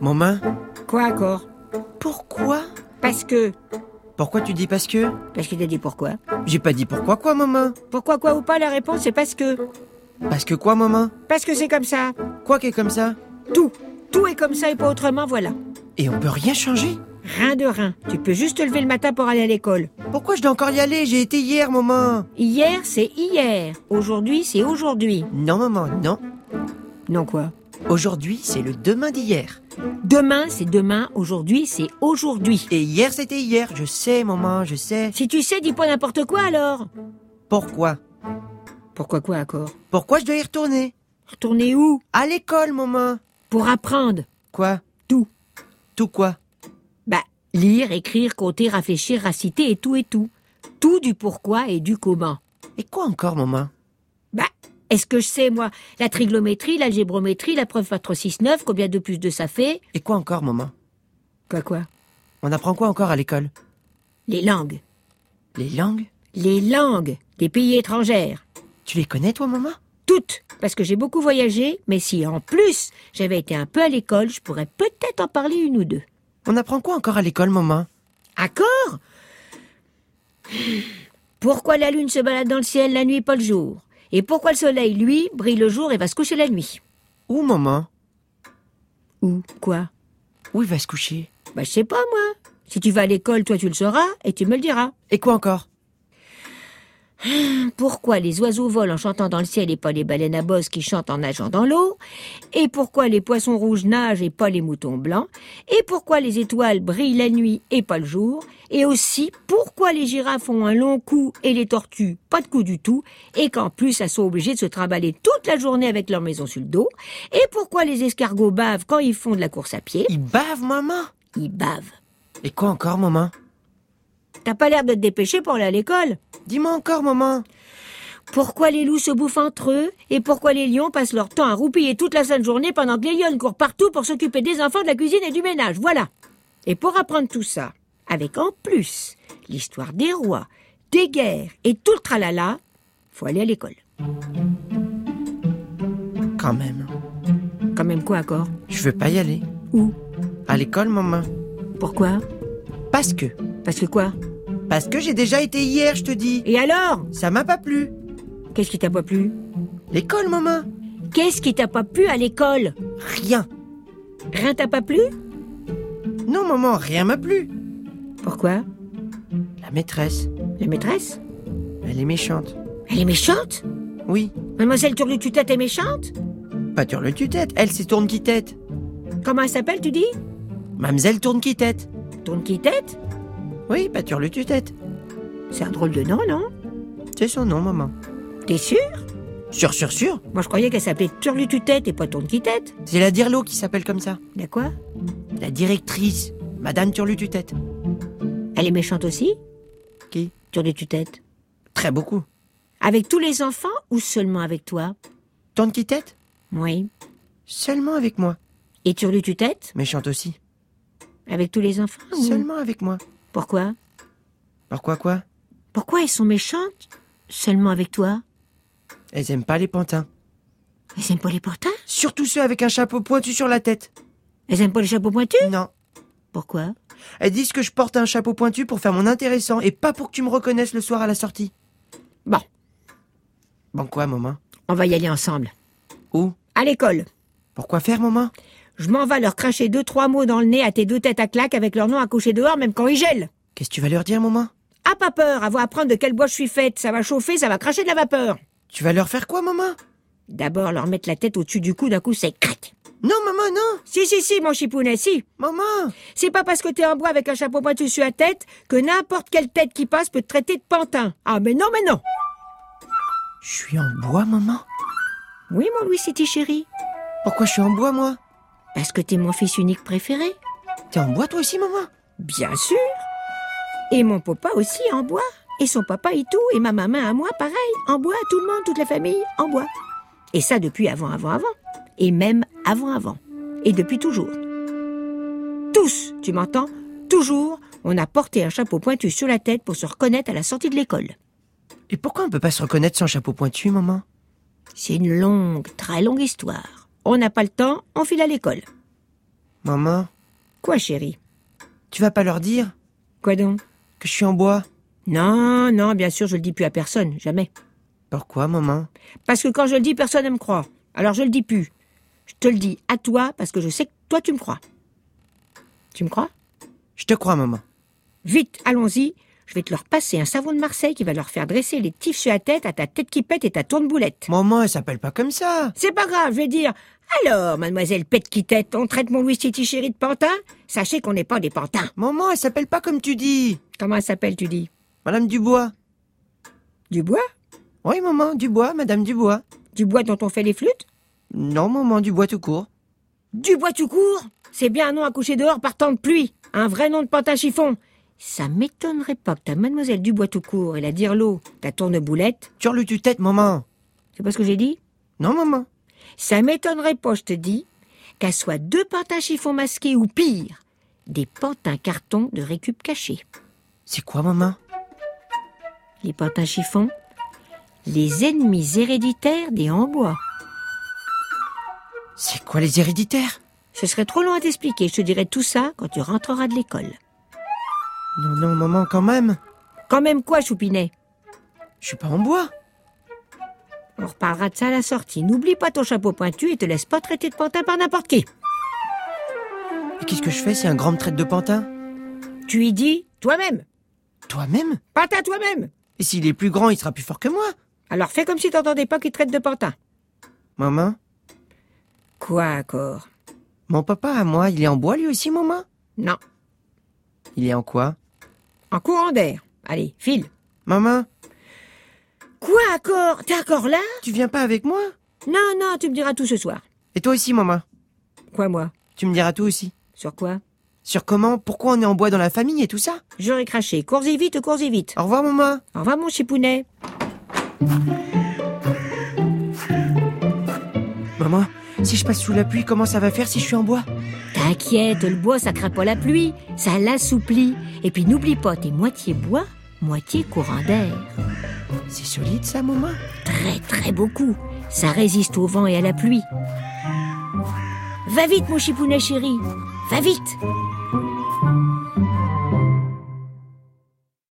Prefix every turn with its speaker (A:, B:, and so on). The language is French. A: Maman,
B: Quoi encore
A: pourquoi
B: Parce que.
A: Pourquoi tu dis parce que
B: Parce que t'as dit pourquoi.
A: J'ai pas dit pourquoi quoi, maman
B: Pourquoi quoi ou pas, la réponse c'est parce que.
A: Parce que quoi, maman
B: Parce que c'est comme ça.
A: Quoi qui est comme ça
B: Tout. Tout est comme ça et pas autrement, voilà.
A: Et on peut rien changer
B: Rien de rien. Tu peux juste te lever le matin pour aller à l'école.
A: Pourquoi je dois encore y aller J'ai été hier, maman
B: Hier, c'est hier. Aujourd'hui, c'est aujourd'hui.
A: Non, maman, non.
B: Non quoi
A: Aujourd'hui, c'est le demain d'hier.
B: Demain, c'est demain. Aujourd'hui, c'est aujourd'hui.
A: Et hier, c'était hier. Je sais, maman, je sais.
B: Si tu sais, dis pas n'importe quoi alors.
A: Pourquoi
B: Pourquoi quoi encore
A: Pourquoi je dois y retourner
B: Retourner où
A: À l'école, maman
B: Pour apprendre.
A: Quoi
B: Tout.
A: Tout quoi
B: Bah, lire, écrire, compter, réfléchir, raciter et tout et tout. Tout du pourquoi et du comment.
A: Et quoi encore, maman
B: Bah, est-ce que je sais, moi, la triglométrie, l'algébrométrie, la preuve par 3, 6, 9, combien de plus de ça fait
A: Et quoi encore, maman
B: Quoi, quoi
A: On apprend quoi encore à l'école
B: Les langues.
A: Les langues
B: Les langues des pays étrangères.
A: Tu les connais, toi, maman
B: Toutes. Parce que j'ai beaucoup voyagé, mais si en plus j'avais été un peu à l'école, je pourrais peut-être en parler une ou deux.
A: On apprend quoi encore à l'école, maman
B: Accord Pourquoi la lune se balade dans le ciel la nuit et pas le jour Et pourquoi le soleil, lui, brille le jour et va se coucher la nuit
A: Où, maman
B: Ou quoi
A: Où il va se coucher
B: Bah je sais pas moi. Si tu vas à l'école, toi tu le sauras et tu me le diras.
A: Et quoi encore
B: Pourquoi les oiseaux volent en chantant dans le ciel et pas les baleines à bosse qui chantent en nageant dans l'eau Et pourquoi les poissons rouges nagent et pas les moutons blancs Et pourquoi les étoiles brillent la nuit et pas le jour Et aussi pourquoi les girafes ont un long cou et les tortues pas de cou du tout Et qu'en plus elles sont obligées de se trimballer toute la journée avec leur maison sur le dos Et pourquoi les escargots bavent quand ils font de la course à pied
A: Il bave, maman
B: Ils bavent.
A: Et quoi encore, maman
B: T'as pas l'air de te dépêcher pour aller à l'école
A: Dis-moi encore, maman
B: Pourquoi les loups se bouffent entre eux et pourquoi les lions passent leur temps à roupiller toute la sainte journée pendant que les lionnes courent partout pour s'occuper des enfants, de la cuisine et du ménage. Voilà. Et pour apprendre tout ça, avec en plus l'histoire des rois, des guerres et tout le tralala, faut aller à l'école.
A: Quand même.
B: Quand même quoi encore
A: Je veux pas y aller.
B: Où
A: À l'école, maman.
B: Pourquoi
A: Parce que.
B: Parce que quoi
A: Parce que j'ai déjà été hier, je te dis.
B: Et alors
A: Ça m'a pas plu.
B: Qu'est-ce qui t'a pas plu
A: L'école, maman.
B: Qu'est-ce qui t'a pas plu à l'école
A: Rien.
B: Rien t'a pas plu
A: Non, maman, rien m'a plu.
B: Pourquoi
A: La maîtresse,
B: La maîtresse
A: elle est méchante.
B: Elle est méchante
A: Oui.
B: Mademoiselle Turlututette est méchante
A: Pas le tue-tête, elle, c'est tourne qui tête.
B: Comment elle s'appelle, tu dis
A: Mamselle tourne qui tête.
B: Tourne qui tête
A: Oui, pas le tue-tête.
B: C'est un drôle de nom, non
A: C'est son nom, maman.
B: T'es sûr
A: Sûr, sûr, sûr.
B: Moi, je croyais qu'elle s'appelait Turlututette et pas Tourne qui tête.
A: C'est la Dirlo qui s'appelle comme ça.
B: La quoi
A: La directrice, Madame Turlututette.
B: Elle est méchante aussi
A: Qui
B: Turlututette.
A: Très beaucoup.
B: Avec tous les enfants ou seulement avec toi
A: Tourne qui tête
B: Oui.
A: Seulement avec moi.
B: Et Turlututette
A: Méchante aussi.
B: Avec tous les enfants ou-
A: Seulement avec moi.
B: Pourquoi
A: Pourquoi quoi
B: Pourquoi elles sont méchantes Seulement avec toi
A: Elles aiment pas les pantins.
B: Elles aiment pas les portins
A: Surtout ceux avec un chapeau pointu sur la tête.
B: Elles aiment pas les chapeaux pointus
A: Non.
B: Pourquoi
A: Elles disent que je porte un chapeau pointu pour faire mon intéressant et pas pour que tu me reconnaisses le soir à la sortie.
B: Bon,
A: Bon quoi, maman
B: on va y aller ensemble.
A: Où
B: À l'école
A: Pourquoi faire, maman
B: Je m'en vais leur cracher deux, trois mots dans le nez à tes deux têtes à claque avec leur nom accouché dehors, même quand ils gèlent.
A: Qu'est-ce que tu vas leur dire, maman
B: Ah, pas peur, à vous apprendre de quel bois je suis faite. Ça va chauffer, ça va cracher de la vapeur.
A: Tu vas leur faire quoi, maman
B: D'abord, leur mettre la tête au-dessus du cou, d'un coup, c'est crac.
A: Non, maman, non
B: Si, si, si, mon chipounet, si.
A: Maman
B: C'est pas parce que t'es en bois avec un chapeau pointu sur la tête que n'importe quelle tête qui passe peut te traiter de pantin. Ah, mais non, mais non.
A: Je suis en bois, maman
B: Oui, mon Louis City chéri.
A: Pourquoi je suis en bois, moi
B: Parce que t'es mon fils unique préféré.
A: T'es en bois, toi aussi, maman
B: Bien sûr. Et mon papa aussi en bois. Et son papa et tout. Et ma maman à moi, pareil. En bois, tout le monde, toute la famille, en bois. Et ça depuis avant, avant, avant. Et même avant, avant. Et depuis toujours. Tous, tu m'entends Toujours, on a porté un chapeau pointu sur la tête pour se reconnaître à la sortie de l'école.
A: Et pourquoi on peut pas se reconnaître sans chapeau pointu, maman
B: C'est une longue, très longue histoire. On n'a pas le temps, on file à l'école.
A: Maman,
B: Quoi, chérie
A: tu vas pas leur dire
B: Quoi donc
A: que je suis en bois
B: Non, non, bien sûr, je le dis plus à personne, jamais.
A: Pourquoi, maman
B: Parce que quand je le dis, personne ne me croit. Alors je le dis plus. Je te le dis à toi parce que je sais que toi tu me crois. Tu me crois
A: Je te crois, maman.
B: Vite, allons-y. Je vais te leur passer un savon de Marseille qui va leur faire dresser les tifs sur la tête, à ta tête qui pète et ta tourne-boulette.
A: Maman, elle s'appelle pas comme ça.
B: C'est pas grave, je vais dire. Alors, mademoiselle pète qui tête, on traite mon Louis Titi chéri de pantin Sachez qu'on n'est pas des pantins.
A: Maman, elle s'appelle pas comme tu dis.
B: Comment elle s'appelle, tu dis
A: Madame Dubois.
B: Dubois
A: Oui, maman, Dubois, Madame Dubois.
B: Dubois dont on fait les flûtes
A: Non, maman, Dubois tout court.
B: Dubois tout court C'est bien un nom à coucher dehors par temps de pluie. Un vrai nom de pantin chiffon. Ça m'étonnerait pas que ta mademoiselle Dubois tout court et la dirlo, ta tourne-boulette,
A: Tu le tue-tête, maman.
B: c'est pas ce que j'ai dit
A: Non, maman.
B: Ça m'étonnerait pas, je te dis, qu'elle soit deux pantins chiffons masqués ou pire, des pantins cartons de récup cachés.
A: C'est quoi, maman
B: Les pantins chiffons, les ennemis héréditaires des Hambois.
A: C'est quoi les héréditaires
B: Ce serait trop long à t'expliquer, je te dirai tout ça quand tu rentreras de l'école.
A: Non, non, maman, quand même.
B: Quand même quoi, Choupinet
A: Je suis pas en bois.
B: On reparlera de ça à la sortie. N'oublie pas ton chapeau pointu et te laisse pas traiter de pantin par n'importe qui.
A: Et qu'est-ce que je fais si un grand me traite de pantin
B: Tu y dis toi-même,
A: Toi-même
B: pantin toi-même.
A: Et s'il est plus grand, il sera plus fort que moi.
B: Alors fais comme si t'entendais pas qu'il te traite de pantin.
A: Maman,
B: Quoi encore
A: mon papa à moi, il est en bois lui aussi, maman
B: Non,
A: Il est en quoi
B: en courant d'air. Allez, file.
A: Maman,
B: Quoi encore T'es encore là
A: tu viens pas avec moi
B: Non, non, tu me diras tout ce soir.
A: Et toi aussi, maman
B: Quoi, moi
A: Tu me diras tout aussi.
B: Sur quoi
A: Sur comment, pourquoi on est en bois dans la famille et tout ça
B: J'aurais craché. Cours-y vite, cours-y vite.
A: Au revoir, maman
B: Au revoir, mon chipounet.
A: Maman, si je passe sous la pluie, comment ça va faire si je suis en bois
B: T'inquiète, le bois, ça craint pas la pluie. Ça l'assouplit. Et puis n'oublie pas, t'es moitié bois, moitié courant d'air.
A: C'est solide ça, maman
B: Très, très beaucoup. Ça résiste au vent et à la pluie. Va vite, mon chipounet chéri. Va vite.